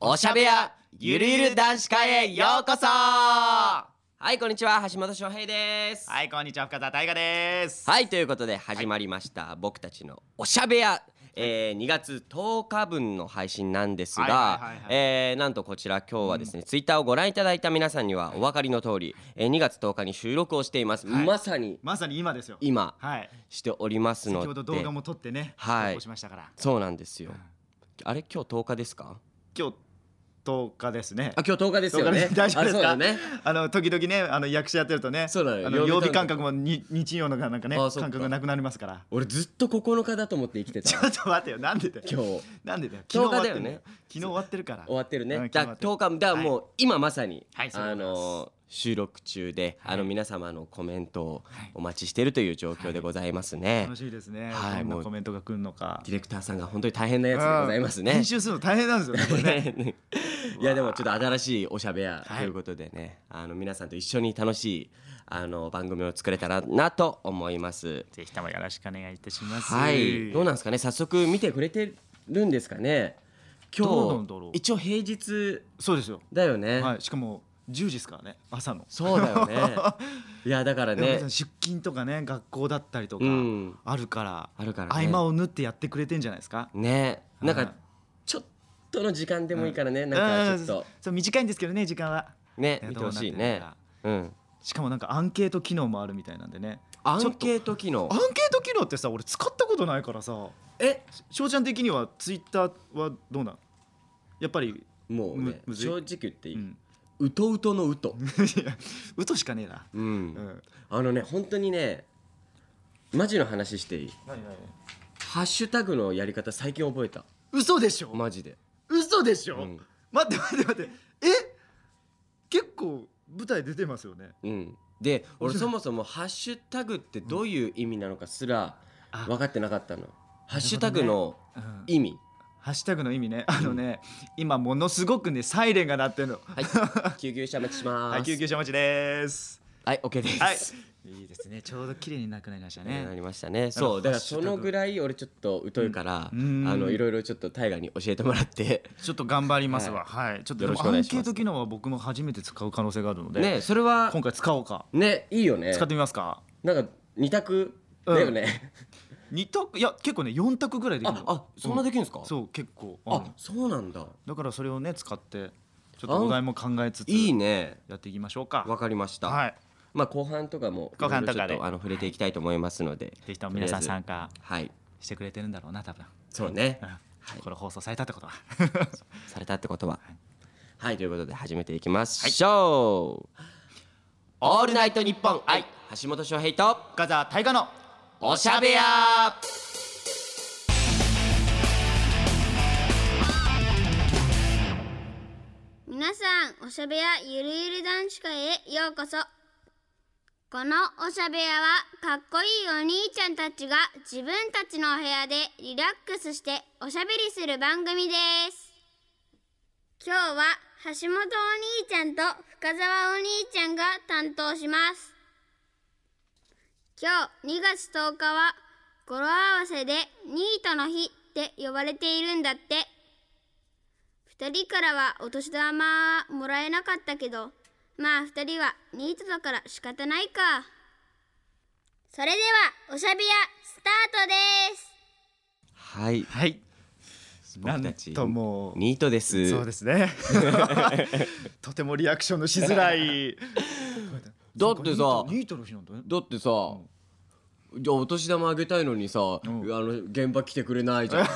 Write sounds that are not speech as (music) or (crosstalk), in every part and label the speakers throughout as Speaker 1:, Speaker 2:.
Speaker 1: おしゃべやゆるゆる男子会へようこそはいこんにちは橋本翔平です
Speaker 2: はい、こんにちは、深澤大河です。
Speaker 1: はいということで始まりました、僕たちのおしゃべや、えー、2月10日分の配信なんです
Speaker 2: はい
Speaker 1: が
Speaker 2: はいはいはい
Speaker 1: えーなんとこちら今日はですね、ツイッターをご覧いただいた皆さんにはお分かりの通り、えー、2月10日に収録をしています、
Speaker 2: はい
Speaker 1: まさに
Speaker 2: まさに今ですよ。
Speaker 1: 今
Speaker 2: はい。
Speaker 1: しております
Speaker 2: 先
Speaker 1: ので
Speaker 2: ほど動画も撮ってね、
Speaker 1: はい
Speaker 2: 投稿しましたから。
Speaker 1: そうなんですよ
Speaker 2: うん
Speaker 1: あれ今日10日ですか
Speaker 2: 今日10日ですね。
Speaker 1: あ今日10日ですよ
Speaker 2: 10
Speaker 1: ね
Speaker 2: 日です大丈夫ですか
Speaker 1: あそうだよね
Speaker 2: あの時々ね、あの役者やってるとね、
Speaker 1: そうなのよ
Speaker 2: あの
Speaker 1: 曜
Speaker 2: 曜
Speaker 1: 日
Speaker 2: 日
Speaker 1: 感
Speaker 2: 感
Speaker 1: 覚
Speaker 2: 覚もに日曜のがなんかね、
Speaker 1: あ
Speaker 2: 感
Speaker 1: そっか
Speaker 2: 覚がなくなりますから。 (laughs)
Speaker 1: 俺ずっと9日だと思って生きて
Speaker 2: ち
Speaker 1: た
Speaker 2: ょっと待ってよ、なんでだよ。
Speaker 1: 今日
Speaker 2: なんでだよ。
Speaker 1: 10日
Speaker 2: 昨
Speaker 1: だ
Speaker 2: 終わって
Speaker 1: よ
Speaker 2: ん
Speaker 1: ね
Speaker 2: よ昨日終わってるから。
Speaker 1: 終わってるね、
Speaker 2: うん
Speaker 1: だ10日だからもう今まさに、
Speaker 2: はいそうで
Speaker 1: あ
Speaker 2: ございます
Speaker 1: の収録中で、あの皆様のコメントをお待ちしているという状況でございますね、
Speaker 2: 楽しみですね。
Speaker 1: はい
Speaker 2: どん
Speaker 1: もう
Speaker 2: なコメントが来るのか
Speaker 1: デ。ィレクターさんが本当に大変なやつでございます
Speaker 2: うん
Speaker 1: ね
Speaker 2: 編集するの大変なんですよね (laughs) これね。
Speaker 1: (laughs) いやでもちょっと新しいおしゃべや
Speaker 2: はい
Speaker 1: ということでね、あの皆さんと一緒に楽しいあの番組を作れたらなと思います
Speaker 2: ぜひともよろしくお願いいたします。
Speaker 1: はいどうなんですかね早速見てくれてるんですかね今
Speaker 2: どうなんだろ
Speaker 1: 日
Speaker 2: う
Speaker 1: 一応平日
Speaker 2: そうですよ。
Speaker 1: だよね、
Speaker 2: はい、しかも10時ですからね朝の
Speaker 1: そうだよねいやだから
Speaker 2: (laughs) でも
Speaker 1: ね
Speaker 2: 別に出勤とかね学校だったりとか
Speaker 1: うん
Speaker 2: あるから,、
Speaker 1: あるからね
Speaker 2: 合間を縫ってやってくれてんじゃないですか
Speaker 1: ねなん
Speaker 2: はい
Speaker 1: かちょっとの時間でもいいからね、なんかちょっ
Speaker 2: うん
Speaker 1: と
Speaker 2: そう短いんですけどね時間は
Speaker 1: ね
Speaker 2: いや
Speaker 1: 見てほしい
Speaker 2: どうなってる
Speaker 1: ね
Speaker 2: か
Speaker 1: うん
Speaker 2: しかもなんかアンケート機能もあるみたいなんでね
Speaker 1: ア
Speaker 2: ちょ
Speaker 1: ン
Speaker 2: っと
Speaker 1: ケート機能
Speaker 2: アンケート機能ってさ俺使ったことないからさ
Speaker 1: え
Speaker 2: 翔ちゃん的にはツイッターはどうなんやっぱり、
Speaker 1: もうね
Speaker 2: むむずい
Speaker 1: 正直言っていい、
Speaker 2: う、
Speaker 1: うんとうとのうと
Speaker 2: (laughs) いやうとしかねえな、
Speaker 1: うん、
Speaker 2: うん、
Speaker 1: あのね本当にねマジの話していい
Speaker 2: 何何
Speaker 1: ハッシュタグのやり方最近覚えた
Speaker 2: 嘘でしょ
Speaker 1: マジで
Speaker 2: 嘘でしょ、
Speaker 1: うん
Speaker 2: 待って待って待ってえ結構舞台出てますよね
Speaker 1: うんで俺そもそもハッシュタグってどういう意味なのかすら
Speaker 2: あ
Speaker 1: 分かってなかったの、ハッシュタグの意味、
Speaker 2: ハッシュタグの意味ねあのね、今ものすごくねサイレンが鳴ってるの
Speaker 1: (laughs) はい、救急車待ちします。
Speaker 2: はい救急車待ちです
Speaker 1: はい、OK です。
Speaker 2: はいいいですねちょうど綺麗になくなりました
Speaker 1: ね、な
Speaker 2: ね
Speaker 1: りましたね。そう、だからそのぐらい俺ちょっと疎いから、
Speaker 2: うんうん
Speaker 1: あのいろいろちょっと大河に教えてもらって、
Speaker 2: ちょっと頑張りますわはい、ちょっと
Speaker 1: よろ
Speaker 2: で
Speaker 1: しくお
Speaker 2: もア
Speaker 1: 願い
Speaker 2: ン
Speaker 1: し
Speaker 2: ケ
Speaker 1: ま
Speaker 2: ー
Speaker 1: す
Speaker 2: ト機能は僕も初めて使う可能性があるので、
Speaker 1: ね、それは
Speaker 2: 今回使おうか
Speaker 1: ね、いいよね
Speaker 2: 使っ。てみますか
Speaker 1: なんか二択
Speaker 2: うん
Speaker 1: だよね。
Speaker 2: 二択いや結構ね四択ぐらいできる
Speaker 1: あ
Speaker 2: の、
Speaker 1: あ、そんなできるんですか。
Speaker 2: そう結構あ
Speaker 1: あ
Speaker 2: の、
Speaker 1: そうなんだ。
Speaker 2: だからそれをね使ってちょっとお題も考えつつ
Speaker 1: いいね。
Speaker 2: やっていきましょうか
Speaker 1: わかりました。
Speaker 2: はい
Speaker 1: まあ後半とかも
Speaker 2: 後半とかで
Speaker 1: いろいろちょっあの触れていきたいと思いますので、
Speaker 2: ぜひとも皆さん
Speaker 1: とりあえ
Speaker 2: 参加
Speaker 1: ずはい、
Speaker 2: してくれてるんだろうな多分、
Speaker 1: そうね
Speaker 2: う。んこれ放送されたってことは (laughs)
Speaker 1: されたってことは。はい、ということで始めていきましょう。オールナイトニッポン愛橋本翔平と
Speaker 2: 深澤大河の
Speaker 1: おしゃべや
Speaker 3: 皆さん、おしゃべやゆるゆる男子会へようこそ。このおしゃべやは、かっこいいお兄ちゃんたちが自分たちのお部屋でリラックスしておしゃべりする番組です。今日は、橋本お兄ちゃんと深澤お兄ちゃんが担当します。今日2月10日は、語呂合わせでニートの日って呼ばれているんだって。二人からはお年玉はもらえなかったけどまあ二人はニートだから仕方ないかそれではおしゃべやスタートです
Speaker 1: はい
Speaker 2: はいな
Speaker 1: 僕
Speaker 2: ん
Speaker 1: たち
Speaker 2: ともう
Speaker 1: ニートです
Speaker 2: そうです (laughs) ねとてもリアクションのしづら (laughs) い
Speaker 1: だってさ
Speaker 2: ニートの日なんだね
Speaker 1: だってさ、じゃあお年玉あげたいのにさ、
Speaker 2: ん
Speaker 1: あの現場来てくれない
Speaker 2: (laughs)
Speaker 1: じゃん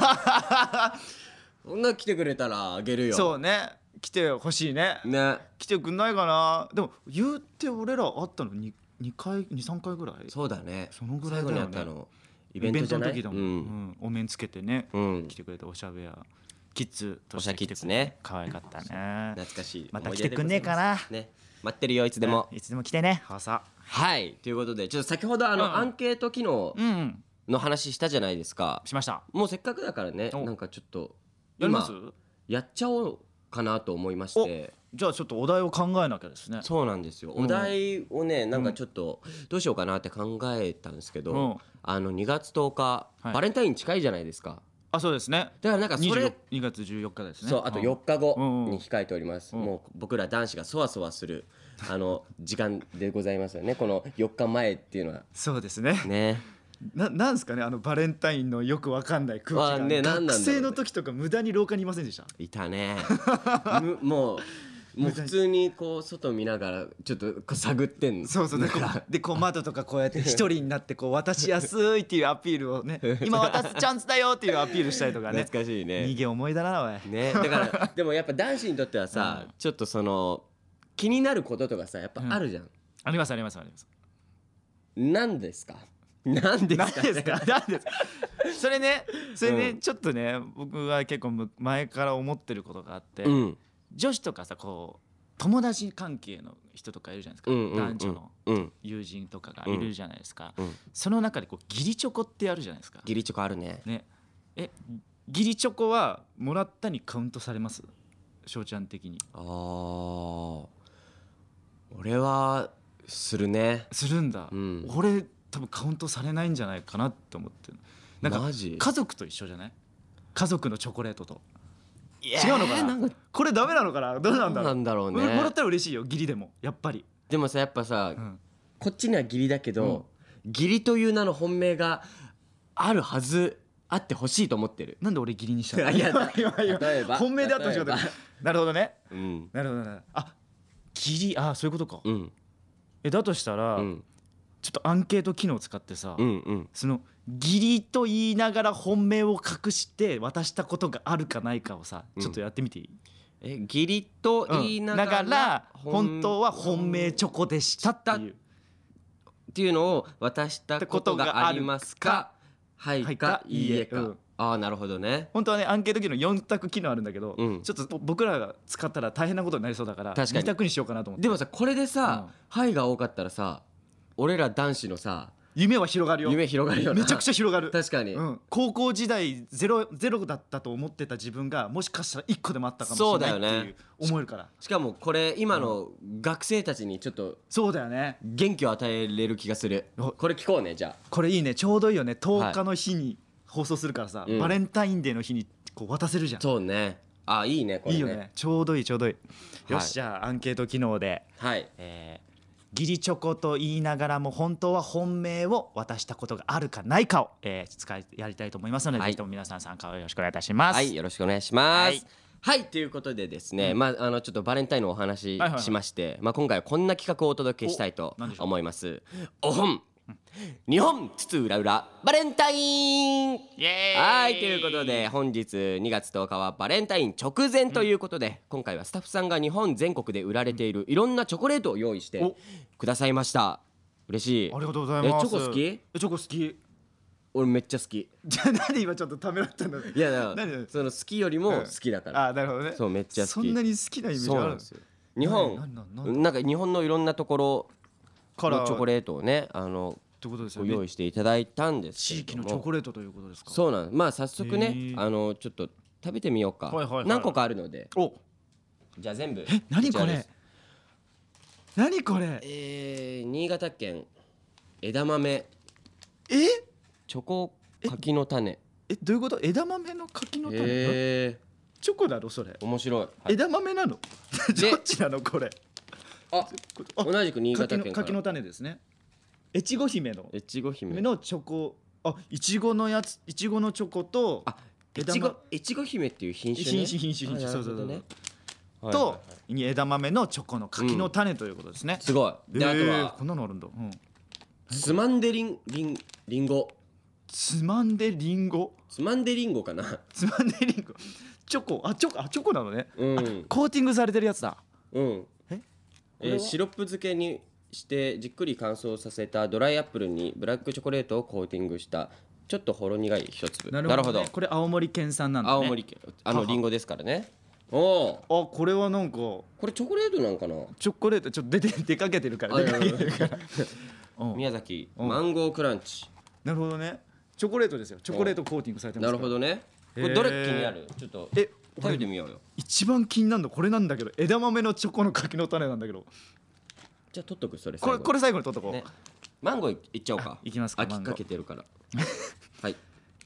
Speaker 1: そんな来てくれたらあげるよ
Speaker 2: そうね来てほしいね
Speaker 1: ね
Speaker 2: 来てくんないかなでも言うて俺ら会ったのに二回二三回ぐらい
Speaker 1: そうだね
Speaker 2: そのぐらいだよね
Speaker 1: 最後にあったのイベントじゃない
Speaker 2: イベントの時
Speaker 1: う
Speaker 2: だもん、
Speaker 1: ん
Speaker 2: うんお面つけてね、
Speaker 1: うん
Speaker 2: 来てくれたおしゃべやキッズと
Speaker 1: お
Speaker 2: し
Speaker 1: しゃ
Speaker 2: て
Speaker 1: キ
Speaker 2: 来
Speaker 1: ッ
Speaker 2: て
Speaker 1: ズ
Speaker 2: くれ
Speaker 1: ね
Speaker 2: 可愛かったね
Speaker 1: 懐かしい
Speaker 2: また
Speaker 1: 思い
Speaker 2: 来
Speaker 1: 出
Speaker 2: て
Speaker 1: で
Speaker 2: くんねえかな
Speaker 1: ございますね待ってるよいつでも
Speaker 2: いつでも来てねはさ
Speaker 1: はいということでちょっと先ほどあ
Speaker 2: うん
Speaker 1: のアンケート機能
Speaker 2: うんうん
Speaker 1: の話したじゃないですか
Speaker 2: しました
Speaker 1: もうせっかくだからね
Speaker 2: お
Speaker 1: なんかちょっと
Speaker 2: やります
Speaker 1: やっちゃおうかなと思いまして
Speaker 2: じゃあちょっとお題を考えなきゃですね
Speaker 1: そうなんですよお題をねなんかちょっとどうしようかなって考えたんですけど、
Speaker 2: うん
Speaker 1: あの2月10日、
Speaker 2: はい
Speaker 1: バレンタイン近いじゃないですか
Speaker 2: あそうですね
Speaker 1: だからなんかそれ
Speaker 2: 24 2月14日ですね
Speaker 1: そうあと
Speaker 2: ん
Speaker 1: 4日後
Speaker 2: うんうん
Speaker 1: に控えております、
Speaker 2: うん
Speaker 1: もう僕ら男子がそわそわするあの時間でございますよねこの4日前っていうのは
Speaker 2: そうですね
Speaker 1: ね
Speaker 2: ななんですかねあのバレンタインのよくわかんない空気
Speaker 1: あ
Speaker 2: 感、
Speaker 1: ねなんなんだ
Speaker 2: 学
Speaker 1: ろうね
Speaker 2: 生の時とか無駄に廊下にいませんでした
Speaker 1: いたねむもうもう普通にこう外見ながらちょっとこう探ってんの
Speaker 2: そうそうでこうでこう窓とかこうやって一人になってこう渡しやすいっていうアピールをね今渡すチャンスだよっていうアピールしたりとかね
Speaker 1: 懐かしい (laughs)
Speaker 2: 逃
Speaker 1: ね
Speaker 2: げ思いだなおい
Speaker 1: ねだから
Speaker 2: (laughs)
Speaker 1: でもやっぱ男子にとってはさ、ちょっとその気になることとかさやっぱあるじゃん、
Speaker 2: ありますありますあります
Speaker 1: なんですかなんですか
Speaker 2: 何で
Speaker 1: (laughs)
Speaker 2: すか何ですか (laughs) それねそれね、
Speaker 1: うん
Speaker 2: ちょっとね僕は結構む前から思ってることがあって、
Speaker 1: うん
Speaker 2: 女子とかさこう友達関係の人とかいるじゃないですか、
Speaker 1: うんうんうん
Speaker 2: 男女の
Speaker 1: うん
Speaker 2: 友人とかがいるじゃないですか、
Speaker 1: うん
Speaker 2: その中でこう義理チョコってあるじゃないですか
Speaker 1: ギリチョコあるね
Speaker 2: ねえ義理チョコはもらったにカウントされます翔ちゃん的に
Speaker 1: あー俺はするね
Speaker 2: するんだ、
Speaker 1: うん
Speaker 2: 俺多分カウントされないんじゃないかなって思ってるなんか
Speaker 1: マジ
Speaker 2: 家族と一緒じゃない家族のチョコレートと
Speaker 1: 違
Speaker 2: 違うのかなこれダメなのかなどうなんだろ
Speaker 1: な
Speaker 2: うん
Speaker 1: だろう
Speaker 2: ももら
Speaker 1: ね
Speaker 2: ったら嬉しいよ義理でもやっぱり、
Speaker 1: でもさやっぱさ、
Speaker 2: うん
Speaker 1: こっちには義理だけど、義理という名の本命があるはずあってほしいと思ってる
Speaker 2: なんで俺義理にした
Speaker 1: い
Speaker 2: の
Speaker 1: や
Speaker 2: いや
Speaker 1: 例えば
Speaker 2: 本命であってほしかった
Speaker 1: 例え
Speaker 2: なるほどね
Speaker 1: ばうん
Speaker 2: なるほどなるほどあ義理あそういうことか、
Speaker 1: うん
Speaker 2: えだとしたら、
Speaker 1: うん
Speaker 2: ちょっとアンケート機能を使ってさ、
Speaker 1: うんうん
Speaker 2: その義理と言いながら本命を隠して渡したことがあるかないかをさ、
Speaker 1: うん
Speaker 2: ちょっとやってみていい、
Speaker 1: え義理と言いながら,、
Speaker 2: だから本当は本命チョコでしたっていう
Speaker 1: っていうのを渡したことがありますかはいか,、
Speaker 2: はいいか
Speaker 1: いえか、
Speaker 2: うん
Speaker 1: ああなるほどね
Speaker 2: 本当はねアンケート機能4択機能あるんだけど、
Speaker 1: うん
Speaker 2: ちょっと僕らが使ったら大変なことになりそうだから
Speaker 1: 確かに
Speaker 2: 2択にしようかなと思って
Speaker 1: でもさこれでさ
Speaker 2: うん
Speaker 1: 「はい」が多かったらさ俺ら男子のさ
Speaker 2: 夢は広がるよ
Speaker 1: 夢広がるよな
Speaker 2: めちゃくちゃ広がる
Speaker 1: 確かに、
Speaker 2: うん、高校時代ゼロゼロだったと思ってた自分がもしかしたら1個でもあったかもしれないって
Speaker 1: そうだよ
Speaker 2: い
Speaker 1: ね
Speaker 2: う思えるから
Speaker 1: しかもこれ今の学生たちにちょっと
Speaker 2: そうだよね
Speaker 1: 元気を与えれる気がする
Speaker 2: お
Speaker 1: これ聞こうねじゃ
Speaker 2: これいいねちょうどいいよね
Speaker 1: は
Speaker 2: 10
Speaker 1: い
Speaker 2: 日の日に放送するからさ、
Speaker 1: うん
Speaker 2: バレンタインデーの日にこう渡せるじゃ
Speaker 1: あ
Speaker 2: ん
Speaker 1: そうねあいいねこれ
Speaker 2: い
Speaker 1: ね
Speaker 2: いよねちょうどいいちょうどいい、
Speaker 1: い
Speaker 2: よしじゃあアンケート機能で
Speaker 1: はい
Speaker 2: えー、義理チョコと言いながらも本当は本命を渡したことがあるかないかを、えー、使いやりたいと思いますので、
Speaker 1: はい
Speaker 2: ぜひとも皆さん参加をよろしくお願いいたします。
Speaker 1: はいよろしくお願いしますは
Speaker 2: はいい、
Speaker 1: ということでですね、まああのちょっとバレンタインのお話
Speaker 2: はいはいはい
Speaker 1: しまして、まあ今回はこんな企画をお届けしたいと
Speaker 2: お何でしょう
Speaker 1: 思いますお本日本つつ裏裏バレンタイン
Speaker 2: イエーイ
Speaker 1: はいということで本日2月10日はバレンタイン直前ということで、今回はスタッフさんが日本全国で売られているいろんなチョコレートを用意して
Speaker 2: お
Speaker 1: くださいました嬉しい
Speaker 2: ありがとうございます。
Speaker 1: えチョコ好き
Speaker 2: えチョコ好き。
Speaker 1: 俺めっちゃ好き
Speaker 2: じゃあ何今ちょっとためらったんだ。
Speaker 1: いやだから
Speaker 2: 何々
Speaker 1: その好きよりも好きだから、
Speaker 2: あなるほどね。
Speaker 1: そうめっちゃ好き
Speaker 2: そんなに好きなイメージ
Speaker 1: そう
Speaker 2: あ
Speaker 1: な
Speaker 2: る
Speaker 1: んですよ日本
Speaker 2: 何何何
Speaker 1: なんか日本のいろんなところ
Speaker 2: か
Speaker 1: の
Speaker 2: ら
Speaker 1: チョコレートをねあの
Speaker 2: ってことですよ
Speaker 1: ご
Speaker 2: ね
Speaker 1: 用。意していただいたんですけ
Speaker 2: 地
Speaker 1: れど
Speaker 2: 域
Speaker 1: も
Speaker 2: のチョコレートということですか。
Speaker 1: そうなんまあ早速
Speaker 2: へ
Speaker 1: ね
Speaker 2: ー
Speaker 1: あのちょっと食べてみようか、
Speaker 2: はいはいはい
Speaker 1: 何個かあるので
Speaker 2: お
Speaker 1: じゃあ全部
Speaker 2: え何こ
Speaker 1: ちらで
Speaker 2: れ
Speaker 1: す。
Speaker 2: 何これ。
Speaker 1: えー、新潟県枝豆
Speaker 2: え
Speaker 1: チョコ柿の種
Speaker 2: えどういうこと枝豆の柿の種、
Speaker 1: え
Speaker 2: チョコだろそれ、
Speaker 1: ー、面白い、はい
Speaker 2: 枝豆なのどっちなのこれ
Speaker 1: あ
Speaker 2: あ
Speaker 1: 同じく新潟県
Speaker 2: 柿の
Speaker 1: か
Speaker 2: 柿の
Speaker 1: ら
Speaker 2: 種ですね越後姫の
Speaker 1: えちご姫
Speaker 2: 姫のチョコあいちごのやついちごのチョコと
Speaker 1: あい
Speaker 2: 枝
Speaker 1: ち
Speaker 2: 豆
Speaker 1: ごいちご姫っていう品種ね
Speaker 2: 品種品種品種
Speaker 1: あ
Speaker 2: そうそうそう
Speaker 1: なるほどねはいはい
Speaker 2: と
Speaker 1: はい
Speaker 2: 枝豆のチョコの柿の種ということですね、
Speaker 1: すごいであと
Speaker 2: えー
Speaker 1: は
Speaker 2: こんなのあるんだ、うん、
Speaker 1: つまんでりんりんりんご
Speaker 2: つまんでりんご
Speaker 1: つまんでりんごかな (laughs)
Speaker 2: つまんでりんごチョコあチョコあチョコなのね、
Speaker 1: うん
Speaker 2: あコーティングされてるやつだ
Speaker 1: うん
Speaker 2: え
Speaker 1: えーシロップ漬けにしてじっくり乾燥させたドライアップルにブラックチョコレートをコーティングしたちょっとほろ苦い一粒
Speaker 2: なるほど,、これ青森県産なんだ、ね、
Speaker 1: 青森県あの
Speaker 2: はは
Speaker 1: リンゴですからねおお
Speaker 2: あこれはなんか
Speaker 1: これチョコレートなんかな
Speaker 2: チョコレートちょっと出て出かけてるから
Speaker 1: あ
Speaker 2: 出かけてるからうん
Speaker 1: 宮崎
Speaker 2: うん
Speaker 1: マンゴークランチ
Speaker 2: なるほどねチョコレートですよチョコレートコーティングされてます
Speaker 1: な
Speaker 2: から
Speaker 1: るほどねこ
Speaker 2: へー
Speaker 1: れどれ気になるちょっと
Speaker 2: え
Speaker 1: 食べてみようよ
Speaker 2: 一番気になるのこれなんだけど枝豆のチョコの柿の種なんだけど
Speaker 1: じゃあ取っとくそれ
Speaker 2: これこ
Speaker 1: れ
Speaker 2: れ最後に取っとこう、
Speaker 1: ねマンゴーいいっちゃおうか
Speaker 2: いきますか
Speaker 1: 飽
Speaker 2: マ
Speaker 1: き
Speaker 2: ンゴー
Speaker 1: かけてるからはい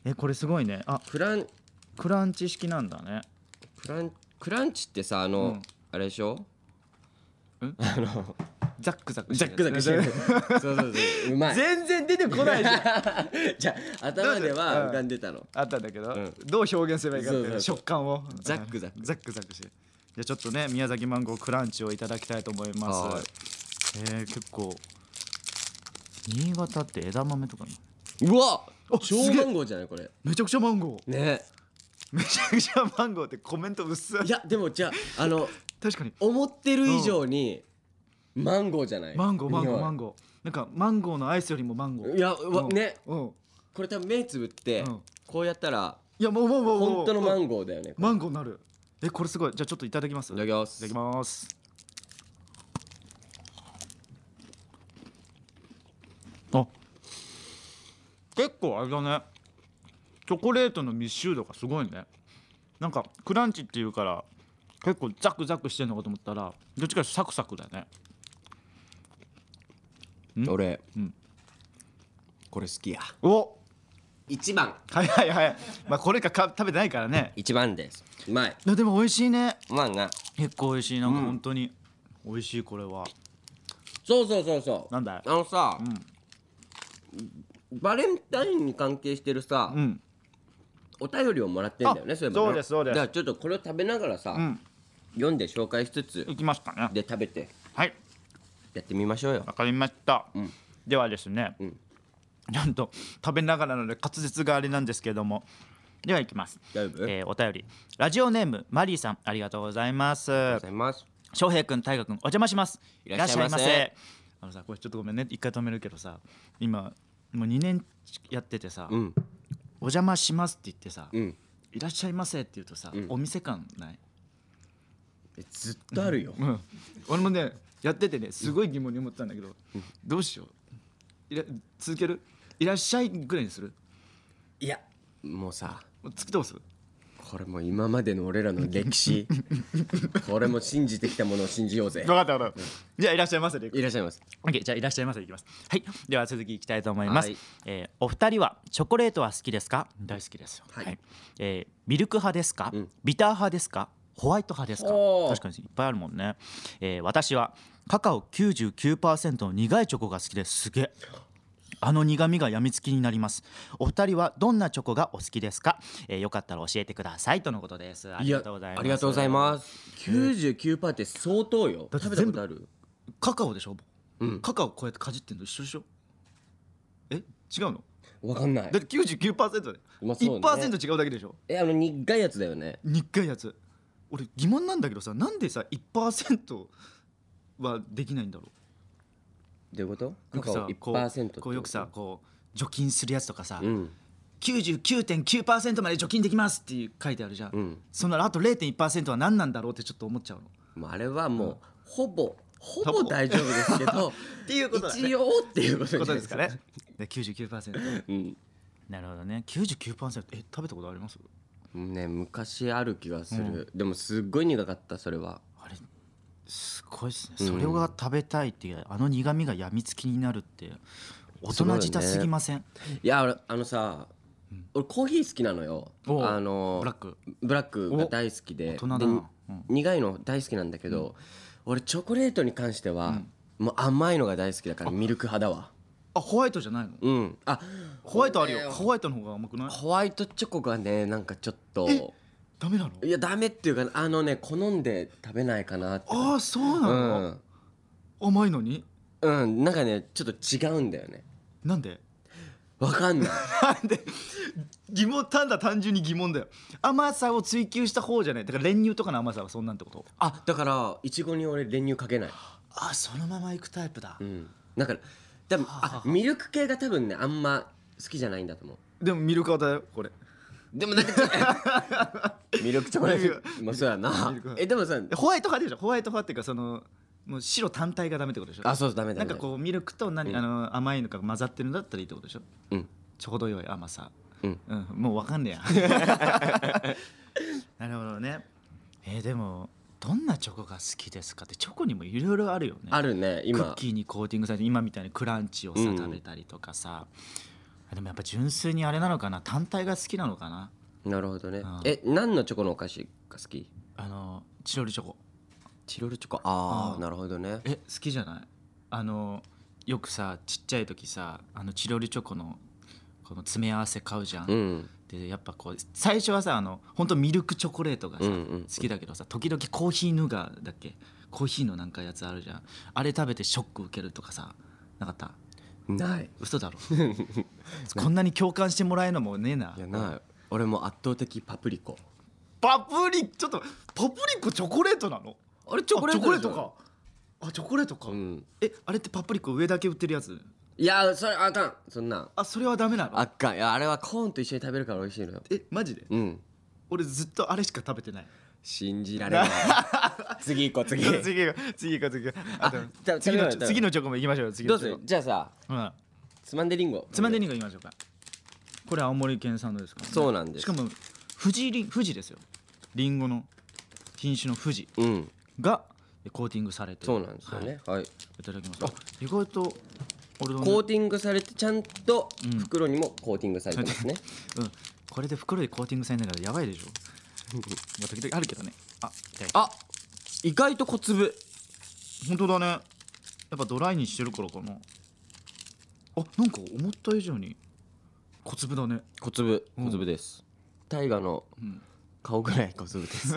Speaker 2: えこれすごいねあ
Speaker 1: フラン
Speaker 2: クランチ式なんだね
Speaker 1: クランクランチってさあの、
Speaker 2: うん
Speaker 1: あれでしょ
Speaker 2: ザックザク
Speaker 1: ザックザクしてるそうそうそうう (laughs) まい
Speaker 2: 全然出てこないじゃん
Speaker 1: (laughs) じゃあ頭では浮かんでたの
Speaker 2: (laughs) あったんだけど、
Speaker 1: ん
Speaker 2: どう表現すればいいかっ
Speaker 1: そ
Speaker 2: て
Speaker 1: うそう
Speaker 2: い
Speaker 1: うそう
Speaker 2: 食感を
Speaker 1: ザックザク
Speaker 2: ザックザクしてじゃあちょっとね宮崎マンゴークランチをいただきたいと思います
Speaker 1: はい
Speaker 2: えー、結構新潟って枝豆とかね
Speaker 1: うわ
Speaker 2: あ
Speaker 1: 超
Speaker 2: すげえ
Speaker 1: マンゴーじゃないこれ
Speaker 2: めちゃくちゃマンゴー
Speaker 1: ね
Speaker 2: めちゃくちゃマンゴーってコメント薄い
Speaker 1: いやでもじゃああの
Speaker 2: 確かに
Speaker 1: 思ってる以上にマンゴーじゃない
Speaker 2: マンゴーマンゴーマン
Speaker 1: ゴ
Speaker 2: ゴーなんかマンゴーのアイスよりもマンゴー
Speaker 1: いやわ
Speaker 2: うん
Speaker 1: ね
Speaker 2: うん
Speaker 1: これ多分目つぶって
Speaker 2: うん
Speaker 1: こうやったら
Speaker 2: いやもうもうもうもう
Speaker 1: 本当のマンゴーだよね
Speaker 2: マンゴーなるえこれすごいじゃあちょっといただきます
Speaker 1: いただきます
Speaker 2: いただきますあ結構あれだねチョコレートの密集度がすごいねなんかクランチっていうから結構ザクザクしてんのかと思ったらどっちかというとサクサクだね
Speaker 1: 俺
Speaker 2: うん
Speaker 1: これ好きや
Speaker 2: お
Speaker 1: 一番
Speaker 2: はいはいはいまあこれかか食べてないからね
Speaker 1: 一番ですうまい
Speaker 2: いやでも美味しいね
Speaker 1: うまいな
Speaker 2: 結構美味しいなんか本当に、美味しいこれは
Speaker 1: そうそうそうそう
Speaker 2: なんだい
Speaker 1: あのさバレンタインに関係してるさ
Speaker 2: うん
Speaker 1: お便りをもらってんだよね
Speaker 2: あ
Speaker 1: そういえばね
Speaker 2: そうですそうです
Speaker 1: だからちょっとこれを食べながらさ
Speaker 2: うん
Speaker 1: 読んで紹介しつつ
Speaker 2: いきますかね
Speaker 1: で食べて
Speaker 2: はい
Speaker 1: やってみましょうよ
Speaker 2: わかりました、
Speaker 1: ん
Speaker 2: ではですね、
Speaker 1: うん
Speaker 2: なんと食べながらなので滑舌があれなんですけれどもではいきます、
Speaker 1: 大丈夫ありがとう
Speaker 2: えーお便りラジオネームマリーさんありがとうございます
Speaker 1: ございます
Speaker 2: 翔平くん大河くんお邪魔します
Speaker 1: いらっしゃいませ
Speaker 2: いあのさこれちょっとごめんね一回止めるけどさ今もう2年やっててさ、
Speaker 1: うん
Speaker 2: お邪魔しますって言ってさ、
Speaker 1: うん
Speaker 2: いらっしゃいませって言うとさ、お店感ない (laughs)
Speaker 1: えずっとあるよ
Speaker 2: うん、俺もねやっててねすごい疑問に思ってたんだけど、どうしよういら続けるいらっしゃいぐらいにする
Speaker 1: いやもうさ
Speaker 2: もう突き通す
Speaker 1: これもう今までの俺らの歴
Speaker 2: (laughs)
Speaker 1: 史これも信じてきたものを信じようぜ
Speaker 2: 分かった分かった、じゃあいらっしゃいませでいこう
Speaker 1: いらっしゃいます
Speaker 2: OK じゃあいらっしゃいませでいきますはいでは続きいきたいと思います、
Speaker 1: はい
Speaker 2: えーお二人はチョコレートは好きですか大好きですよ
Speaker 1: はい
Speaker 2: えーミルク派ですか、
Speaker 1: ん
Speaker 2: ビター派ですかホワイト派ですか
Speaker 1: おー
Speaker 2: 確かにいっぱいあるもんね、えー私はカカオ99%の苦いチョコが好きですすげえあの苦味が病みつきになりますお二人はどんなチョコがお好きですか、えーよかったら教えてくださいとのことですありがとうございます
Speaker 1: ありがとうございます99%って相当よ
Speaker 2: だって
Speaker 1: 食べたことある
Speaker 2: カカオでしょ、
Speaker 1: うん
Speaker 2: カカオこうやってかじってんの一緒でしょえ違うの
Speaker 1: わかんない
Speaker 2: だって99%で、
Speaker 1: まあそうね
Speaker 2: 1%違うだけでしょ
Speaker 1: えあの苦いやつだよね
Speaker 2: 苦いやつ俺疑問なんだけどさなんでさ1%はできないんだろ
Speaker 1: どういうこと
Speaker 2: うよ
Speaker 1: カ
Speaker 2: く
Speaker 1: カ
Speaker 2: さ
Speaker 1: オ
Speaker 2: こ
Speaker 1: 1%って
Speaker 2: うこうよくさこう除菌するやつとかさ、
Speaker 1: うん
Speaker 2: 99.9%まで除菌できますっていう書いてあるじゃん、
Speaker 1: うん
Speaker 2: そのあと0.1%は何なんだろうってちょっと思っちゃうの
Speaker 1: まああれはもう、ほぼほ
Speaker 2: ほぼ
Speaker 1: ぼ大丈夫ですけ
Speaker 2: (laughs)
Speaker 1: ど
Speaker 2: ていうことだね
Speaker 1: 一応っていうことじゃ
Speaker 2: こ
Speaker 1: な
Speaker 2: と
Speaker 1: い
Speaker 2: ですかねで99%
Speaker 1: うん
Speaker 2: なるほどね99%え食べたことあります
Speaker 1: ね昔ある気がする、でもすっごい苦かったそれは
Speaker 2: あれすごいですね、それが食べたいっていうあの苦味が病みつきになるって大人じたすぎません、
Speaker 1: いや俺あのさ、俺コーヒー好きなのよ
Speaker 2: おう
Speaker 1: あの
Speaker 2: ブラック
Speaker 1: ブラックが大好きで
Speaker 2: お大人だな
Speaker 1: で
Speaker 2: うん
Speaker 1: 苦いの大好きなんだけど、俺チョコレートに関しては、もう甘いのが大好きだからミルク派だわ
Speaker 2: あホワイトじゃないの
Speaker 1: うんあ
Speaker 2: ホワイトあるよホワイトの方が甘くない
Speaker 1: ホワイトチョコがねなんかちょっと
Speaker 2: ダメなの
Speaker 1: いやダメっていうかあのね好んで食べないかなって
Speaker 2: ああそ
Speaker 1: う
Speaker 2: うなの、
Speaker 1: ん
Speaker 2: 甘いのに
Speaker 1: うんなんかねちょっと違うんだよね
Speaker 2: なんで
Speaker 1: わか
Speaker 2: (laughs)
Speaker 1: んない
Speaker 2: なんで疑問ただ単純に疑問だよ甘さを追求した方じゃないだから練乳とかの甘さはそんなんってこと
Speaker 1: あだからいちごに俺練乳かけない
Speaker 2: あそのままいくタイプだ
Speaker 1: う、んだから多分あミルク系が多分ねあんま好きじゃないんだと思う
Speaker 2: でもミルク派だよこれ
Speaker 1: でもなんかミルクチョコレートまあそうやな
Speaker 2: ミルク
Speaker 1: えでもさ
Speaker 2: でホワイト派でしょホワイト派っていうかそのもう白単体がダメってことでしょ
Speaker 1: あそうダメ
Speaker 2: な
Speaker 1: ダ
Speaker 2: ん
Speaker 1: メ
Speaker 2: かこうミルクと何、あの甘いのが混ざってるんだったらいいってことでしょ
Speaker 1: うん
Speaker 2: ちょうど良い甘さ
Speaker 1: うん
Speaker 2: うん、もうわかんね
Speaker 1: (laughs)
Speaker 2: えやなるほどねえーでもどんなチョコが好きですかってチョコにもいろいろあるよね
Speaker 1: あるね
Speaker 2: クッ
Speaker 1: 今
Speaker 2: キーにコーティングされて今みたいにクランチをさ、
Speaker 1: うん
Speaker 2: 食べたりとかさでもやっぱ純粋にあれなのかな単体が好きなのかな
Speaker 1: なるほどね
Speaker 2: あ。
Speaker 1: え、何のチョコのお菓子が好き
Speaker 2: あのチロルチョコ
Speaker 1: チロルチョコ。あ
Speaker 2: あ
Speaker 1: あ、なるほどね。
Speaker 2: え好きじゃないあのよくさちっちゃい時さあのチロルチョコのこの詰め合わせ買うじゃん、
Speaker 1: うん。
Speaker 2: でやっぱこう最初はさあの本当ミルクチョコレートがさ、
Speaker 1: うんうん
Speaker 2: 好きだけどさ時々コーヒーヌガーだっけコーヒーのなんかやつあるじゃんあれ食べてショック受けるとかさなかった
Speaker 1: ない。
Speaker 2: 嘘だろ
Speaker 1: (laughs)
Speaker 2: こんなに共感してもらえるのもねえない
Speaker 1: や、ない。俺も圧倒的パプリコ。
Speaker 2: パプリちょっとパプリコチョコレートなの
Speaker 1: あれチョコレート
Speaker 2: あチョコレー
Speaker 1: でしょ
Speaker 2: トかあチョコレートか、
Speaker 1: うん。
Speaker 2: えあれってパプリコ上だけ売ってるやつ
Speaker 1: いや、それあかん。そんなん。
Speaker 2: あそれはダメなの
Speaker 1: あかん。いや、あれはコーンと一緒に食べるから美味しいのよ。
Speaker 2: えマジで
Speaker 1: うん。
Speaker 2: 俺ずっとあれしか食べてない
Speaker 1: 信じら (laughs) れない。次行こう、次。
Speaker 2: 次が次が次があでも
Speaker 1: じゃあ
Speaker 2: 次の
Speaker 1: 食べよう食べよう
Speaker 2: 次のチョコもいきましょう次
Speaker 1: どう
Speaker 2: のチ
Speaker 1: す
Speaker 2: ョ
Speaker 1: る
Speaker 2: コ
Speaker 1: じゃあさ、
Speaker 2: うん
Speaker 1: つまんでリンゴ。
Speaker 2: つまんで
Speaker 1: リン
Speaker 2: にいきましょうかこれ青森県産のですからね
Speaker 1: そうなんです
Speaker 2: しかも富士りん富士ですよりんごの品種の富士
Speaker 1: ゴ。うん。
Speaker 2: がコーティングされてる
Speaker 1: そうなんですよ
Speaker 2: はい
Speaker 1: ね。はい。
Speaker 2: いただきますあ意外と俺のね
Speaker 1: コーティングされて、ちゃんと袋にもコーティングされてますね。
Speaker 2: うんこれで袋でコーティングされながらやばい
Speaker 1: (laughs)
Speaker 2: でしょまあ時々あるけどねあいただき
Speaker 1: あ意外と小粒
Speaker 2: 本当だねやっぱドライにしてるからかなあなんか思った以上に小粒だね
Speaker 1: 小粒
Speaker 2: うん
Speaker 1: 小粒です、大河の
Speaker 2: ん
Speaker 1: 顔ぐらい小粒ですい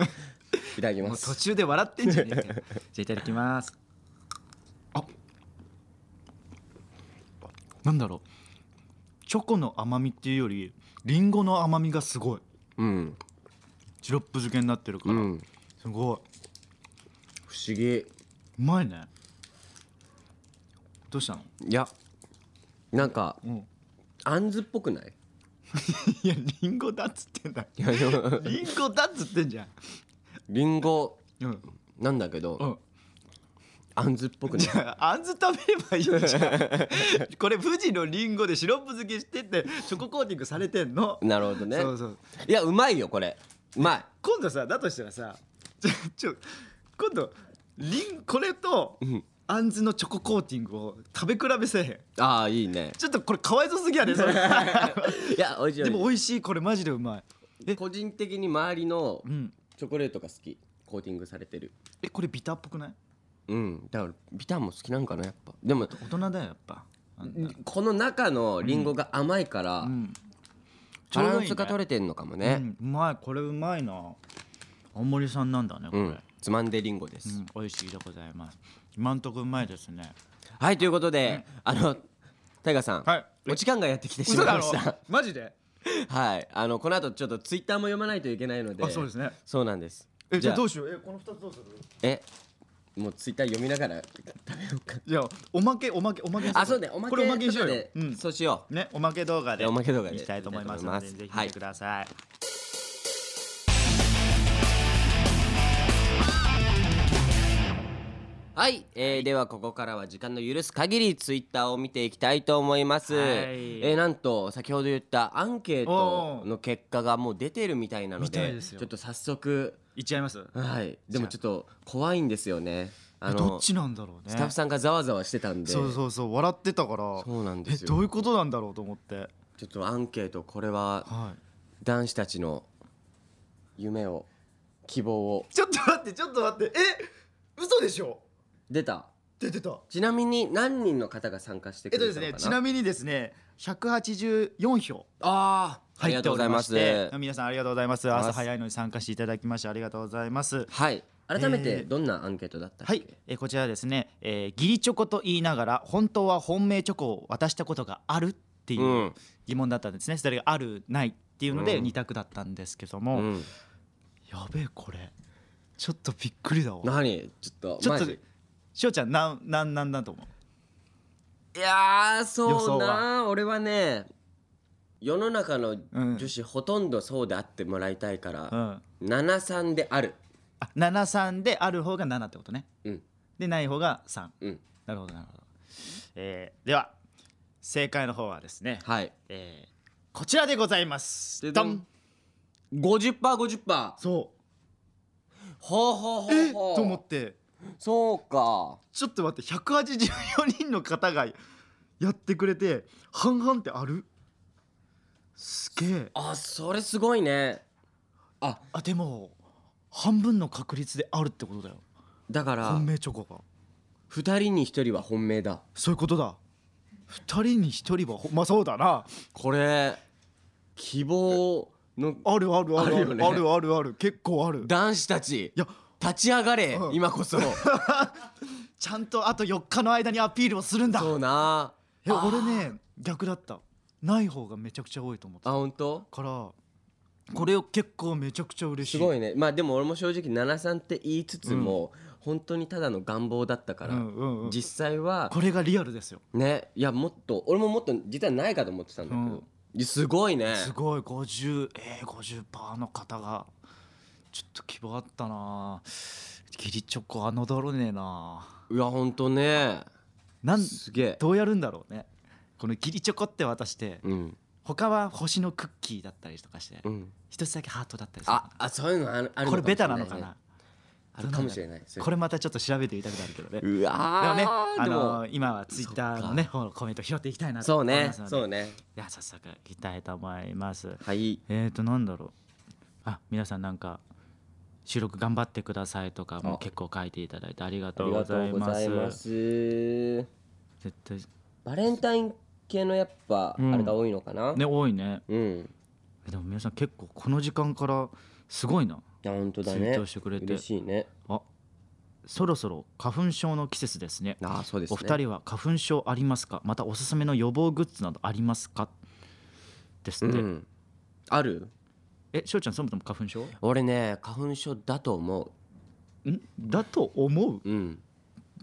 Speaker 1: ただき
Speaker 2: も
Speaker 1: ま
Speaker 2: う途
Speaker 1: す
Speaker 2: 中で笑ってんじゃねえ (laughs) かよじゃあいただきますあなんだろうチョコの甘みっていうよりリンゴの甘みがすごい
Speaker 1: うん
Speaker 2: シロップ漬けになってるか
Speaker 1: う
Speaker 2: ら、
Speaker 1: ん
Speaker 2: すごい
Speaker 1: 不思議
Speaker 2: うまいねどうしたの
Speaker 1: いやなんか
Speaker 2: うん
Speaker 1: あんずっぽく
Speaker 2: (laughs)
Speaker 1: ない
Speaker 2: いやリンゴだっつってんだ
Speaker 1: いやでも
Speaker 2: リンゴだっつってんじゃん
Speaker 1: りんご
Speaker 2: うん
Speaker 1: なんだけ
Speaker 2: う
Speaker 1: ど
Speaker 2: ん
Speaker 1: あんずっぽくない
Speaker 2: じゃああんず食べればいいじゃん (laughs) これ富士のリンゴでシロップ漬けしてってチョココーティングされてんの、
Speaker 1: なるほどね
Speaker 2: そうそう
Speaker 1: いやうまいよこれうまい
Speaker 2: 今度さだとしたらさちょちょ今度リンこれと
Speaker 1: ん
Speaker 2: あんずのチョココーティングを食べ比べせえへん
Speaker 1: ああいいね
Speaker 2: ちょっとこれかわいそすぎや
Speaker 1: (laughs)
Speaker 2: ねそれ
Speaker 1: いやおいしい
Speaker 2: でも
Speaker 1: おいし
Speaker 2: 美味しいこれマジでうまい
Speaker 1: い個人的に周りの
Speaker 2: うん
Speaker 1: チョコレートが好きコーティングされてる
Speaker 2: えこれビターっぽくない
Speaker 1: うんだからビターも好きなんかなやっぱでも
Speaker 2: 大人だよやっぱあんた
Speaker 1: この中のリンゴが甘いから、
Speaker 2: うん
Speaker 1: バランスが取
Speaker 2: れ
Speaker 1: れてんのかもね
Speaker 2: うん、うまいこれうまいな青森さんなんだねこ
Speaker 1: う
Speaker 2: れ、
Speaker 1: ん、つまんでリンゴです、
Speaker 2: うん、美味しいでございます。今んとこうまいですね。
Speaker 1: はいということで、あのタイガーさん、
Speaker 2: はい
Speaker 1: お時間がやってきてしまいました。
Speaker 2: マジで？
Speaker 1: (laughs) はいあのこの後ちょっとツイッターも読まないといけないので
Speaker 2: あ、そうですね。
Speaker 1: そうなんです
Speaker 2: え、じゃあど
Speaker 1: う
Speaker 2: うしよう。え、この二つどうする？
Speaker 1: えもうツイッター読みながら食べようか
Speaker 2: じゃあおまけおまけおまけにしよう。
Speaker 1: あそうねおまけ
Speaker 2: これおまけにしよう
Speaker 1: と
Speaker 2: よ
Speaker 1: かで。
Speaker 2: うん。
Speaker 1: そうしよ
Speaker 2: ね、おまけ動画で。
Speaker 1: おまけ動画で
Speaker 2: いきたいと思いますので、ぜ
Speaker 1: いきたいと思います
Speaker 2: ひ見てください。
Speaker 1: はい、えーではここからは時間の許す限りツイッターを見ていきたいと思います、
Speaker 2: はい
Speaker 1: えーなんと先ほど言ったアンケートの結果がもう出てるみたいなの
Speaker 2: みた
Speaker 1: で
Speaker 2: いですよ
Speaker 1: ちょっと早速
Speaker 2: いっちゃいます。
Speaker 1: はいでもちょっと怖いんですよねあ
Speaker 2: ど
Speaker 1: の
Speaker 2: っちなんだろうね。
Speaker 1: スタッフさんがざわざわしてたんで
Speaker 2: そうそうそう笑ってたから。
Speaker 1: そうなんですよ
Speaker 2: え、どういうことなんだろうと思って。
Speaker 1: ちょっとアンケートこれは
Speaker 2: は
Speaker 1: 男子たちの夢を希望を
Speaker 2: い。ちょっと待ってちょっと待って。え、嘘でしょ？
Speaker 1: 出た
Speaker 2: 出てた。
Speaker 1: ちなみに何人の方が参加してく
Speaker 2: えっ
Speaker 1: れた
Speaker 2: と
Speaker 1: の
Speaker 2: で
Speaker 1: か
Speaker 2: す
Speaker 1: な、
Speaker 2: ね、ちなみにですね、184票。
Speaker 1: あーあり
Speaker 2: 入っ
Speaker 1: が
Speaker 2: て
Speaker 1: とうご
Speaker 2: おり
Speaker 1: ざいま
Speaker 2: まし
Speaker 1: す
Speaker 2: て皆さんありがとうございます
Speaker 1: ます
Speaker 2: 朝早いのに参加していただきましてありがとうございます
Speaker 1: はい改め
Speaker 2: え
Speaker 1: て
Speaker 2: ー
Speaker 1: どんなアンケートだったっけ、
Speaker 2: はい、えーこちらですね、えー、義理チョコと言いながら本当は本命チョコを渡したことがあるっていううん疑問だったんですね、それがあるないっていうので
Speaker 1: うん
Speaker 2: 二択だったんですけど
Speaker 1: う
Speaker 2: も、
Speaker 1: ん、
Speaker 2: やべえこれちょっとびっくりだわ
Speaker 1: 何ちょっと
Speaker 2: ちょっと
Speaker 1: マジ
Speaker 2: しおちゃんなんなんなんだと思う
Speaker 1: いやー
Speaker 2: 予
Speaker 1: そう
Speaker 2: 想
Speaker 1: な
Speaker 2: は
Speaker 1: 俺はね世の中の
Speaker 2: うん
Speaker 1: 女子ほとんどそうであってもらいたいか
Speaker 2: うん
Speaker 1: ら、
Speaker 2: あ
Speaker 1: 73である
Speaker 2: 73である方が7ってことね
Speaker 1: うん
Speaker 2: でない方が3
Speaker 1: うん
Speaker 2: なるほどなるほど、えー、では正解の方はですね、
Speaker 1: はい
Speaker 2: えー、こちらでございます
Speaker 1: で
Speaker 2: ド
Speaker 1: ど
Speaker 2: ン
Speaker 1: ん 50%50%
Speaker 2: そう
Speaker 1: ほうほうほ
Speaker 2: え
Speaker 1: う
Speaker 2: っ
Speaker 1: ほう
Speaker 2: と思って
Speaker 1: そうか
Speaker 2: ちょっと待って184人の方がやってくれて半々ってあるすげえ
Speaker 1: あそれすごいねあ
Speaker 2: あでも半分の確率であるってことだよ
Speaker 1: だから
Speaker 2: 本命チョコが
Speaker 1: 2人に1人は本命だ
Speaker 2: そういうことだ二人に一人はほまあそうだな
Speaker 1: これ希望の
Speaker 2: あるあるある
Speaker 1: ある
Speaker 2: あるあ
Speaker 1: よ
Speaker 2: る,、
Speaker 1: ね
Speaker 2: あるある結構ある
Speaker 1: 男子たち
Speaker 2: いや
Speaker 1: 立ち上がれ、
Speaker 2: うん
Speaker 1: 今
Speaker 2: (laughs)
Speaker 1: こそ
Speaker 2: ちゃんとあと4日の間にアピールをするんだ
Speaker 1: そうな
Speaker 2: え俺ね逆だったない方がめちゃくちゃ多いと思って
Speaker 1: あ
Speaker 2: た
Speaker 1: 本当
Speaker 2: からこれを結構めちゃくちゃ嬉しい
Speaker 1: すごいねまあでも俺も正直73って言いつつも、本当にただの願望だったから、
Speaker 2: うんうんうん
Speaker 1: 実際は
Speaker 2: これがリアルですよ
Speaker 1: ねいやもっと俺ももっと実はないかと思ってたんだけど、いやすごいね
Speaker 2: すごい50えー、50%の方がちょっと希望あったなギリチョコ侮れねえない
Speaker 1: やほんとね
Speaker 2: なん
Speaker 1: すげえ
Speaker 2: どうやるんだろうねこのギリチョコって渡して
Speaker 1: うん
Speaker 2: 他は星のクッキーだったりとかして
Speaker 1: うん
Speaker 2: 一つだけハートだったりする
Speaker 1: ああそういうのあるあるのも
Speaker 2: これ
Speaker 1: し
Speaker 2: ベ
Speaker 1: れ
Speaker 2: タ
Speaker 1: い
Speaker 2: なのかな
Speaker 1: ねあるかもしれない
Speaker 2: どうなんだろうこれまたちょっと調べてみたくなるけどね
Speaker 1: う
Speaker 2: でもね、
Speaker 1: わー
Speaker 2: あ
Speaker 1: でも,、
Speaker 2: のー今はツイッターのね、方のコメント拾っていきたいなと
Speaker 1: そう
Speaker 2: 思い
Speaker 1: ね
Speaker 2: ますので。
Speaker 1: そうね
Speaker 2: では早速いきたいと思います。
Speaker 1: はい
Speaker 2: えっ、ー、と、なんだろう。あ、皆さんなんか。収録頑張ってくださいとかも結構書いていただいてありが
Speaker 1: あ
Speaker 2: とう
Speaker 1: り
Speaker 2: ご
Speaker 1: が
Speaker 2: ざ
Speaker 1: と
Speaker 2: いう
Speaker 1: ご
Speaker 2: ま
Speaker 1: ざ
Speaker 2: す。
Speaker 1: います
Speaker 2: 絶対
Speaker 1: バレンタイン系のやっぱ
Speaker 2: うん
Speaker 1: あれが多いのかな、
Speaker 2: ね多いね。
Speaker 1: うん
Speaker 2: でも皆さん結構この時間からすごいな。
Speaker 1: いや本当だ
Speaker 2: ツイー
Speaker 1: ね
Speaker 2: トしてくれて
Speaker 1: 嬉しいね
Speaker 2: あ、そろそろ花粉症の季節ですね。
Speaker 1: あそうです
Speaker 2: お二人は花粉症ありますか。またおすすめの予防グッズなどありますか。ですって。
Speaker 1: うんある
Speaker 2: え、しょうちゃんそもそも花粉症？
Speaker 1: 俺ね花粉症だと思
Speaker 2: んだと思
Speaker 1: ううん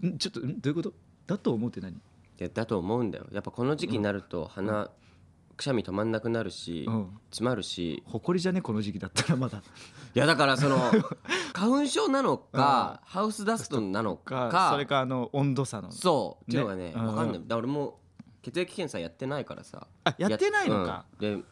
Speaker 2: う。んちょっとんどういうこと？だと思うって何？
Speaker 1: いやだと思うんだよやっぱこの時期になると鼻、くしゃみ止まんなくなるし、
Speaker 2: うん。
Speaker 1: 詰まるし
Speaker 2: 誇りじゃねこの時期だったらまだ。
Speaker 1: いやだからその (laughs) 花粉症なのか、ハウスダストなのか
Speaker 2: それかあの温度差の。
Speaker 1: そうっていうのがね
Speaker 2: ね
Speaker 1: 分かんない、だ
Speaker 2: う
Speaker 1: から俺も血液検査やってないからさ
Speaker 2: あやってないのか。、
Speaker 1: やうんで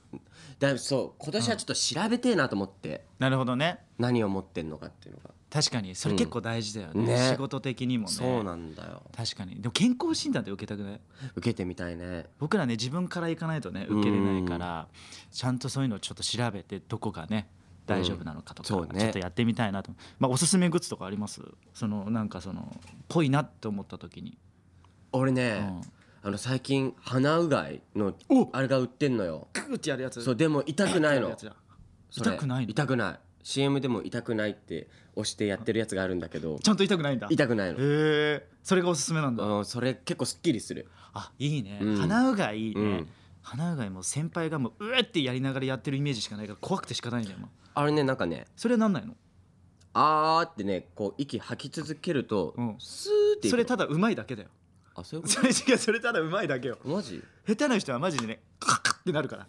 Speaker 1: だそう今年はちょっと調べてえなと思って、
Speaker 2: なるほどね。
Speaker 1: 何を持ってんのかっていうのが、
Speaker 2: 確かにそれ結構大事だよ
Speaker 1: うん
Speaker 2: ね。
Speaker 1: ね
Speaker 2: 仕事的にもね。
Speaker 1: そうなんだよ
Speaker 2: 確かにでも健康診断って受けたくない
Speaker 1: 受けてみたいね
Speaker 2: 僕らね自分から行かないとね受けれないからちゃんとそういうのをちょっと調べてどこがね大丈夫なのかとか、
Speaker 1: うんそうね
Speaker 2: ちょっとやってみたいなと、まあ、おすすめグッズとかありますそのなんかそのぽいなって思った時に、
Speaker 1: 俺
Speaker 2: う
Speaker 1: ね、
Speaker 2: ん、
Speaker 1: あの最近鼻うがいの
Speaker 2: お
Speaker 1: あれが売ってんのよ
Speaker 2: クーってやるやつ
Speaker 1: そうでも痛くないのそれ
Speaker 2: 痛くないの
Speaker 1: 痛くない CM でも痛くないって押してやってるやつがあるんだけど
Speaker 2: ちゃんと痛くないんだへ
Speaker 1: 痛くないの
Speaker 2: えそれがおすすめなんだ
Speaker 1: うんそれ結構すっきりする
Speaker 2: あいいね、
Speaker 1: うん
Speaker 2: 鼻うがいいね、
Speaker 1: うん
Speaker 2: 鼻うがいも先輩がもううえってやりながらやってるイメージしかないから怖くてしかないんだよ今
Speaker 1: あれねなんかね
Speaker 2: それはなんないの
Speaker 1: あーってねこう息吐き続けると、
Speaker 2: うん
Speaker 1: スーっていくの
Speaker 2: それただうまいだけだよ
Speaker 1: あそういうこ
Speaker 2: それ違うそれただうまいだけよ
Speaker 1: とマジ
Speaker 2: 下手な人はマジでねカッカッってなるから